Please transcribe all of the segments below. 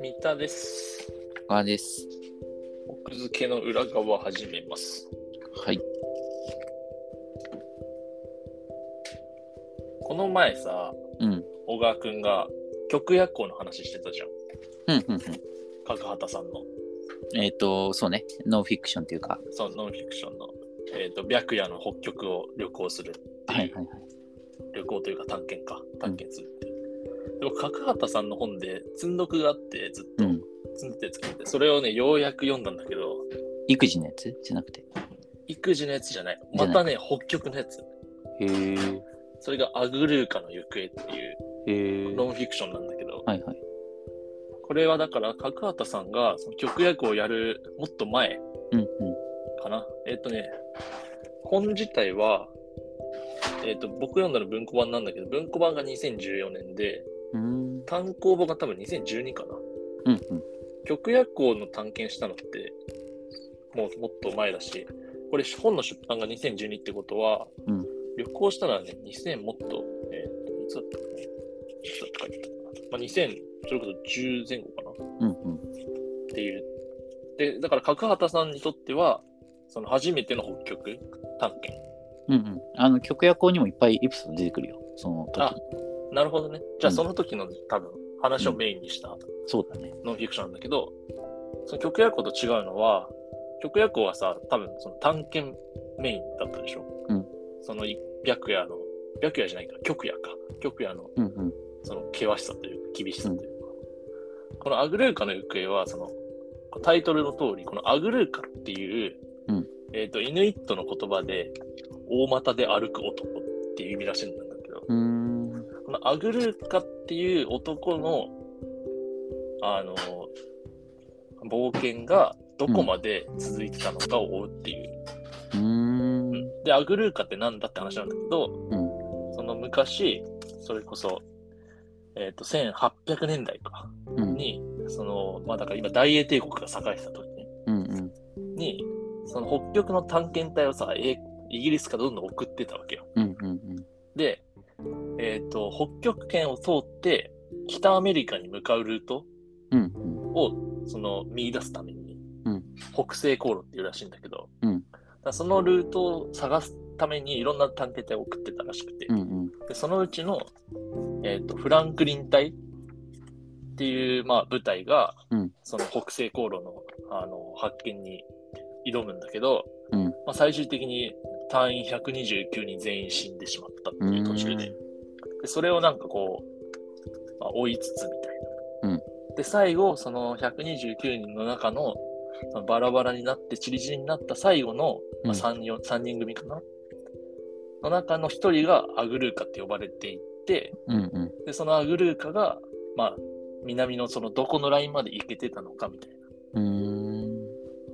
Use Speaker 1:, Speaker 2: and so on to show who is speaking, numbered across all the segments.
Speaker 1: 三田です。
Speaker 2: 他です。
Speaker 1: 奥付けの裏側始めます。
Speaker 2: はい。
Speaker 1: この前さ、
Speaker 2: うん。
Speaker 1: 小川くんが極夜行の話してたじゃん。
Speaker 2: うんうんうん。
Speaker 1: 角畑さんの、
Speaker 2: えっ、と、そうね。ノンフィクションというか。
Speaker 1: そのノンフィクションの、えっ、と、白夜の北極を旅行するって、
Speaker 2: はいいうはいはい。
Speaker 1: 旅行というか探検か、探検するっていう。でも角畑さんの本で積んどくがあってずっ
Speaker 2: う
Speaker 1: と
Speaker 2: ん。
Speaker 1: 積んでて積んでてそれをねようやく読んだんだけど
Speaker 2: 育児のやつじゃなくて。
Speaker 1: 育児のやつじゃない
Speaker 2: じゃ
Speaker 1: ま
Speaker 2: ない
Speaker 1: たね北極のやつ
Speaker 2: へえ。
Speaker 1: それが「アグルーカの行方」っていう
Speaker 2: へ
Speaker 1: ノンフィクションなんだけど、
Speaker 2: はいはい。
Speaker 1: これはだから角畑さんがその曲役をやるもっと前
Speaker 2: うんうん。
Speaker 1: かなえっ、とね本自体はえっ、と僕読んだの文庫版なんだけど文庫版が2014年で
Speaker 2: うん。
Speaker 1: 単行本が多分2012かな
Speaker 2: うんうん。
Speaker 1: 曲夜行の探検したのってもうもっと前だしこれ本の出版が2012ってことは、
Speaker 2: うん
Speaker 1: 旅行したのはね2000もっと、えー、いつだったかないつだったかな、まあ、2000それこそ10前後かな
Speaker 2: うんうん。
Speaker 1: っていう。で、だから角畑さんにとっては、その初めての北極探検。
Speaker 2: うんうん。あの、曲や行にもいっぱいエピソード出てくるよ。その時
Speaker 1: あ。なるほどね。じゃあ
Speaker 2: うん
Speaker 1: その時の、多分話をメインにした
Speaker 2: そうだね。
Speaker 1: ノンフィクションなんだけど、その極夜行と違うのは、極夜行はさ、多分その探検メインだったでしょ。
Speaker 2: うん
Speaker 1: その一白夜の、白夜じゃないか、極夜か。極夜の
Speaker 2: うんうん。
Speaker 1: その険しさというか厳しさというか、このアグルーカの行方はそのタイトルの通りこのアグルーカっていう、
Speaker 2: うん
Speaker 1: えっとイヌイットの言葉で大股で歩く男っていう意味らしいんだけど
Speaker 2: うーん。
Speaker 1: このアグルーカっていう男のあの冒険がどこまで続いてたのかを追うっていう
Speaker 2: うーん。
Speaker 1: で、アグルーカってなんだって話なんだけど、
Speaker 2: う
Speaker 1: その昔、それこそ、えっ、と、1800年代か、
Speaker 2: うん。
Speaker 1: に、その、まあだから今、大英帝国が栄えてた時ね
Speaker 2: うんうん。
Speaker 1: に、その北極の探検隊をさ、英イギリスからどんどん送ってたわけよ。
Speaker 2: うんうん
Speaker 1: で、えっ、と、北極圏を通って、北アメリカに向かうルート
Speaker 2: うん。うんうん。
Speaker 1: をその見出すために、
Speaker 2: うん
Speaker 1: 北西航路っていうらしいんだけど、
Speaker 2: うん
Speaker 1: だからそのルートを探すためにいろんな探検隊を送ってたらしくて、
Speaker 2: うんうん。
Speaker 1: でそのうちの、えー、とフランクリン隊っていう、まあ、部隊が、
Speaker 2: うん
Speaker 1: その北西航路のあの発見に挑むんだけど、
Speaker 2: うん
Speaker 1: まあ、最終的に隊員129人全員死んでしまったっていう途中で
Speaker 2: う
Speaker 1: でそれをなんかこう、まあ、追いつつみたいな。
Speaker 2: うん
Speaker 1: で最後その129人の中のそのバラバラになって散り散りになった最後の、まあ、
Speaker 2: うん
Speaker 1: 3, 4 3人組かなの中の1人がアグルーカって呼ばれていて
Speaker 2: うんうん。
Speaker 1: でそのアグルーカが、まあ、南のそのどこのラインまで行けてたのかみたいな
Speaker 2: うーん。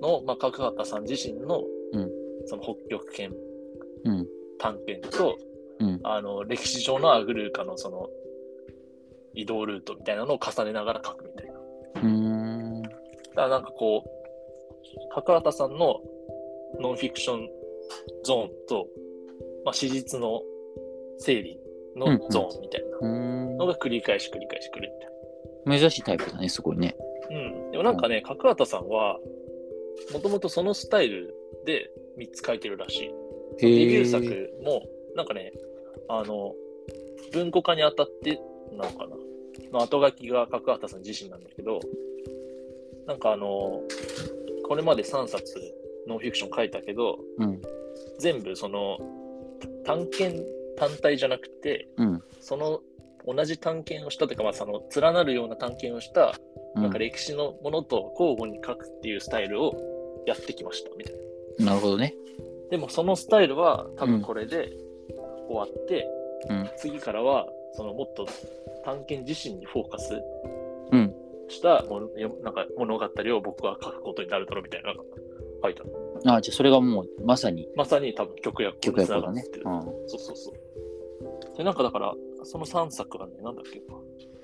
Speaker 1: のを、まあ、角畑さん自身の,、
Speaker 2: うん
Speaker 1: その北極圏
Speaker 2: うん。
Speaker 1: 探検と、
Speaker 2: うん
Speaker 1: あの歴史上のアグルーカのその移動ルートみたいなのを重ねながら書くみたいな。だ
Speaker 2: うーん。
Speaker 1: からなんかこう角畑さんのノンフィクションゾーンと、まあ、史実の整理の
Speaker 2: うんうん
Speaker 1: ゾーンみたいな
Speaker 2: うーん
Speaker 1: のが繰り返し繰り返し来るみたいな。
Speaker 2: 珍しいタイプだね、すごいね。
Speaker 1: うん、でもなんかね、角畑さんは、もともとそのスタイルで3つ書いてるらしい。
Speaker 2: へ
Speaker 1: デビュー作も、なんかね、あの、文庫化にあたってなのかな。の後書きが角畑さん自身なんだけど、なんかあの、これまで3冊ノンフィクション書いたけど、
Speaker 2: うん。
Speaker 1: 全部その、探検単体じゃなくて、
Speaker 2: うん。
Speaker 1: その同じ探検をしたというか、まあ、その連なるような探検をしたなんか歴史のものと交互に書くっていうスタイルをやってきましたみたいな。
Speaker 2: うんなるほどね。
Speaker 1: でもそのスタイルは多分これで終わって、
Speaker 2: うん
Speaker 1: 次からはそのもっと探検自身にフォーカス
Speaker 2: うん。
Speaker 1: したものよなんか物語を僕は書くことになるだろうみたいなのが書いてある。
Speaker 2: あじゃあそれがもうまさに
Speaker 1: まさに多分曲や
Speaker 2: 曲やこ
Speaker 1: 繋
Speaker 2: と
Speaker 1: がっ
Speaker 2: ね
Speaker 1: て。る。
Speaker 2: うん。
Speaker 1: そうそうそう。で、なんかだから、その3作がね、なんだっけな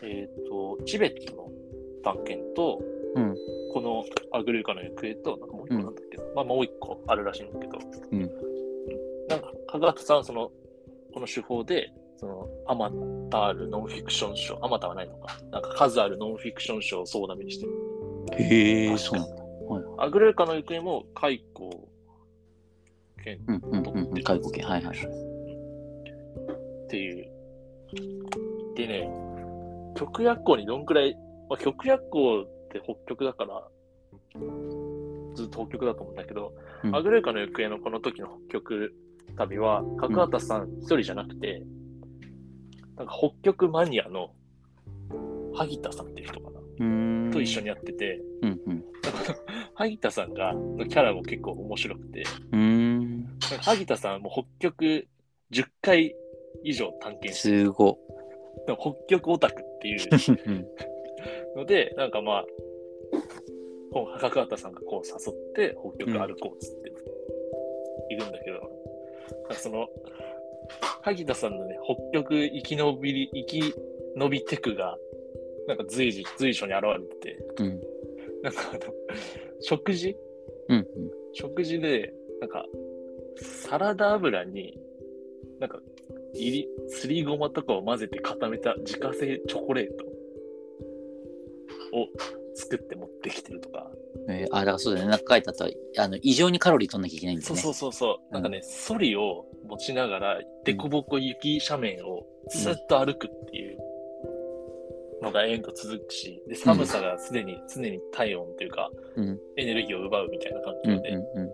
Speaker 1: えっ、と、チベットの探検と、
Speaker 2: うん
Speaker 1: このアグルーカの行方と、なんかもう一個なんだっけな、まあもう一個あるらしいんだけど、
Speaker 2: うん
Speaker 1: うんなんか、かがたさん、その、この手法で、その、アマタールノンフィクション賞、アマターはないのか。なんか数あるノンフィクション賞を総なめにしてる。
Speaker 2: へえ、
Speaker 1: 確か
Speaker 2: そうなんだ。はい。
Speaker 1: アグレーカの行方も解雇権
Speaker 2: うんうん
Speaker 1: 取
Speaker 2: うん
Speaker 1: っ
Speaker 2: う
Speaker 1: て
Speaker 2: ん。解雇権。はいはい。
Speaker 1: っていう。でね、極薬庫にどんくらい、まあ、極薬庫って北極だから、ずっと北極だと思うんだけど、
Speaker 2: うん
Speaker 1: アグレーカの行方のこの時の北極旅は、角畑さん一人じゃなくて、なんか北極マニアの萩田さんっていう人かな、
Speaker 2: うーん。
Speaker 1: と一緒に。やってて、
Speaker 2: うんうん。
Speaker 1: 萩田さんが、のキャラも結構面白くて、
Speaker 2: うーん。
Speaker 1: 萩田さんはもう北極10回以上探検して
Speaker 2: すご。
Speaker 1: 北極オタクって いう
Speaker 2: うん
Speaker 1: ので、なんかまあ、こう角畑さんがこう誘って、北極歩こうっつって、行くんだけど、なんかその、萩田さんのね、北極生き延びり、生き延びテクが、なんか随時、随所に現れてて、
Speaker 2: うん
Speaker 1: なんかあの、食事
Speaker 2: うん
Speaker 1: 食事で、なんか、サラダ油に、なんか、いり、すりごまとかを混ぜて固めた自家製チョコレートを作って持ってきてるとか。
Speaker 2: うん。えー、あ、だからそうだよね。なんか書いてあったあの、異常にカロリー取んなきゃいけないんです
Speaker 1: そう
Speaker 2: ね。
Speaker 1: そううそうそう。なんかね、ソリを持ちながら、でこぼこ雪斜面をずっと歩くっていうのが延々と続くし、で、寒さがすでに、常に体温というか、
Speaker 2: うん
Speaker 1: エネルギーを奪うみたいな感
Speaker 2: うん
Speaker 1: じで、
Speaker 2: う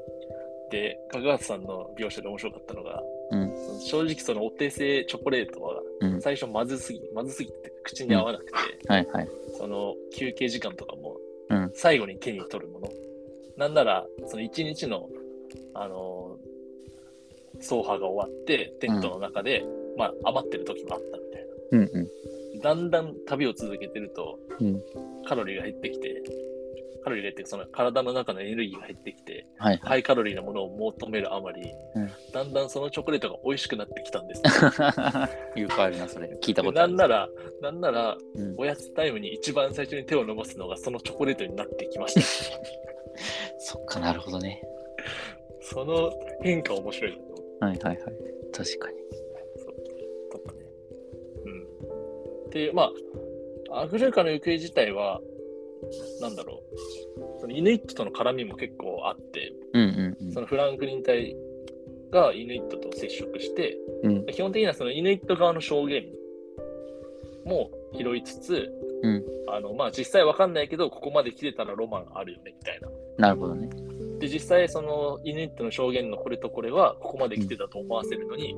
Speaker 1: で、香川さんの描写で面白かったのが、
Speaker 2: うん
Speaker 1: その正直そのお手製チョコレートは
Speaker 2: うん
Speaker 1: 最初まずすぎ、まずすぎて口に合わなくて、
Speaker 2: ん。はいはい。
Speaker 1: その休憩時間とかも
Speaker 2: うん
Speaker 1: 最後に手に取るもの。なんなら、その一日の、あのー、走破が終わって、テントの中で、まあ余ってる時もあったみたいな。
Speaker 2: うんうん。
Speaker 1: だんだん旅を続けてると、
Speaker 2: うん
Speaker 1: カロリーが減ってきて、カロリーが減って、その体の中のエネルギーが減ってきて、
Speaker 2: はいはい。
Speaker 1: ハイカロリーなものを求めるあまり、
Speaker 2: うん
Speaker 1: だんだんそのチョコレートが美味しくなってきた んです。
Speaker 2: よくあるな、それ。聞い た
Speaker 1: で
Speaker 2: こと
Speaker 1: な
Speaker 2: ある。
Speaker 1: んなら、なんなら、
Speaker 2: うん
Speaker 1: おやつタイムに一番最初に手を伸ばすのがそのチョコレートになってきま した。
Speaker 2: そっかなるほどね。
Speaker 1: その変化面白いなと思
Speaker 2: はいはいはい。確かに。
Speaker 1: ったとかね。うん。で、まあ、アグレーカの行方自体は、なんだろう。そのイヌイットとの絡みも結構あって、
Speaker 2: うんうん
Speaker 1: そのフランクリン隊がイヌイットと接触して、
Speaker 2: うん
Speaker 1: 基本的にはそのイヌイット側の証言も拾いつつ、
Speaker 2: うん
Speaker 1: あのまあ、実際わかんないけど、ここまで来てたらロマンあるよねみたいな。
Speaker 2: うん。なるほどね。
Speaker 1: で、実際そのイヌイットの証言のこれとこれは、ここまで来てたと思わせるのに、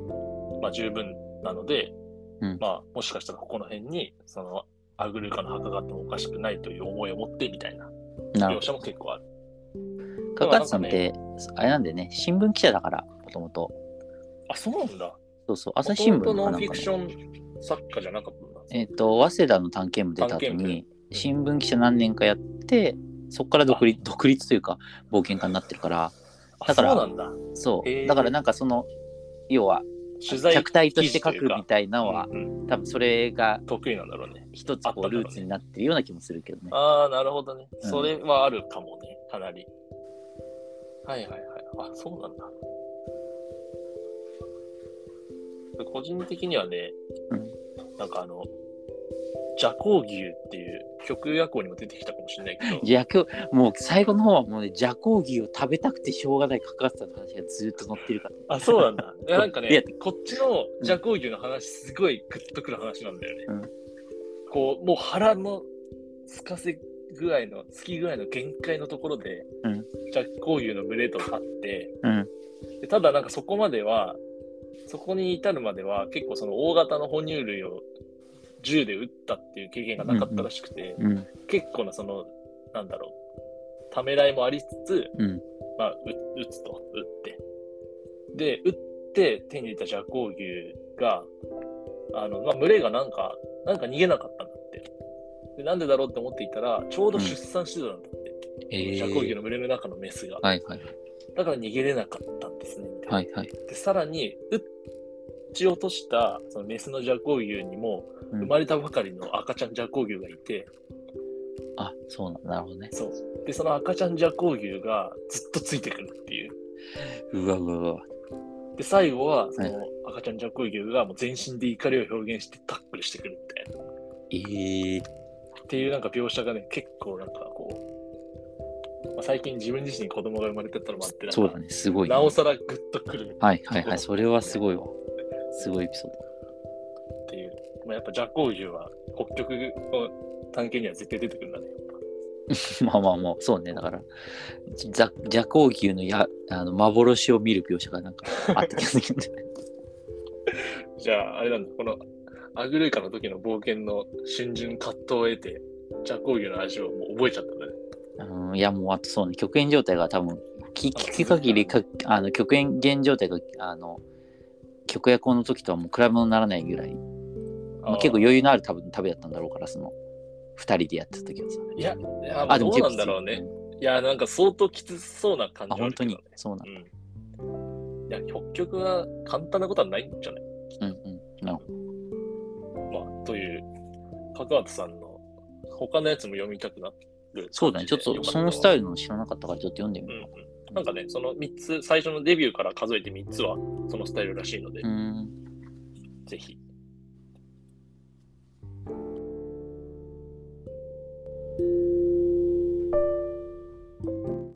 Speaker 1: まあ、十分なので、
Speaker 2: うん
Speaker 1: まあ、もしかしたらここの辺に、そのアグルカの墓があってもおかしくないという思いを持ってみたいな
Speaker 2: な
Speaker 1: 描
Speaker 2: るほ
Speaker 1: 写も結構ある。
Speaker 2: ど。かかつさんって、あれなんだよね、新聞記者だから、もともと。
Speaker 1: あ、そうなんだ。
Speaker 2: そうそう、朝日新聞
Speaker 1: 元
Speaker 2: か
Speaker 1: 々
Speaker 2: なん
Speaker 1: ノ
Speaker 2: か
Speaker 1: ンフィ
Speaker 2: の
Speaker 1: クション作家じゃなかったんだ。
Speaker 2: えっ、と、早稲田の探検部出た
Speaker 1: 探
Speaker 2: 後
Speaker 1: 検
Speaker 2: に、新聞記者何年かやって、そこから独立独立というか、冒険家になってるから、
Speaker 1: あ
Speaker 2: だから
Speaker 1: そうなんだ。
Speaker 2: そ
Speaker 1: へー
Speaker 2: う、だからなんかその、要は、
Speaker 1: 取材
Speaker 2: 客体として書くみたいなのは、
Speaker 1: うんうん
Speaker 2: 多分それが
Speaker 1: 得意なんだろうね。
Speaker 2: 一つ
Speaker 1: あったんだ
Speaker 2: こう
Speaker 1: ろうね
Speaker 2: ルーツになってるような気もするけどね。
Speaker 1: ああ、なるほどね。
Speaker 2: うん
Speaker 1: それはあるかもね、かなり。はいはいはい。あ、そうなんだ。個人的にはね、
Speaker 2: うん
Speaker 1: なんかあの、蛇行牛っていう曲夜行にも出てきたかもしれないけ ど、
Speaker 2: いや今日もう最後の方はもうね蛇行牛を食べたくてしょうがないかかってたの話がずっと載ってるから
Speaker 1: あ、そうなんだ。 いやなんか
Speaker 2: いや
Speaker 1: ね、こっちの蛇行牛の話、すごいグッとくる話なんだよね。
Speaker 2: うん
Speaker 1: こう、もう腹のすかせ具合の、つき具合の限界のところで、
Speaker 2: うん
Speaker 1: 蛇行牛のブレートを買って、
Speaker 2: うん
Speaker 1: でただなんかそこまでは、そこに至るまでは結構その大型の哺乳類を銃で撃ったっていう経験がなかったらしくて、
Speaker 2: うん
Speaker 1: 結構なその、なんだろう、ためらいもありつつ、
Speaker 2: うん
Speaker 1: まあ、う打つと、打って。で、打って手に入れた蛇行牛が、あの、まあ、群れがなんか、なんか逃げなかったんだって。で、なんでだろうって思っていたら、ちょうど出産してたんだって。
Speaker 2: え
Speaker 1: 蛇行牛の群れの中のメスが。
Speaker 2: はいはい
Speaker 1: だから逃げれなかったんですね、みたいな。
Speaker 2: はいはい
Speaker 1: で、さらに、打ち落とした、そのメスの蛇行牛にも、
Speaker 2: うん
Speaker 1: 生まれたばかりの赤ちゃん蛇行牛がいて、
Speaker 2: あそうなんだなるほどね
Speaker 1: そう。で、その赤ちゃん蛇行牛がずっとついてくるっていう。
Speaker 2: うわうわうわ
Speaker 1: で、最後は、その赤ちゃん弱牛がもう全身で怒りを表現してタックルしてくるみたいな。
Speaker 2: ええ
Speaker 1: っていうなんか描写がね、結構なんかこう、まあ、最近自分自身に子供が生まれてったのもあってなんか、
Speaker 2: そうだね、すごいね、
Speaker 1: なおさらグッとくる
Speaker 2: はいはいはい、それはすごいわ。すごいエピソード。
Speaker 1: っていう。まあ、やっぱジャコウジュは北極の探検には絶対出てくるんだね。
Speaker 2: まあまあまあ、そうね、だから、ザ蛇行牛のやあの幻を見る描写がなんかあった気がするけど
Speaker 1: じゃあ、あれなんだ、このアグルイカの時の冒険の春巡葛藤を得て、ジャコウジュの味をもう覚えちゃったんだね。
Speaker 2: うんいや、もうあとそうね、極限状態が多分、聞聞く限りかあの極限状態が、あの、極夜行の時とはもう比べ物にならないぐらい、まあ、結構
Speaker 1: よ
Speaker 2: 余裕のある多分旅だったんだろうから、その、二人でやってた時はさ。
Speaker 1: いや、いやまあどうなんだろうね。。いや、なんか相当きつそうな感
Speaker 2: あ、
Speaker 1: じはあ
Speaker 2: 本
Speaker 1: る
Speaker 2: 当
Speaker 1: けどね
Speaker 2: に、そうなんだ。
Speaker 1: うん。いや、北極は簡単なことはないんじゃない
Speaker 2: うんうん。なるほど。
Speaker 1: まあ、という、角畑さんの他のやつも読みたくなる感じで。
Speaker 2: そうだね、ちょっとそのスタイルの知らなかったから、ちょっと読んでみ
Speaker 1: うん
Speaker 2: よ
Speaker 1: うん、なんかね、その3つ、最初のデビューから数えて3つはそのスタイルらしいので、
Speaker 2: う。うん。
Speaker 1: ぜひ。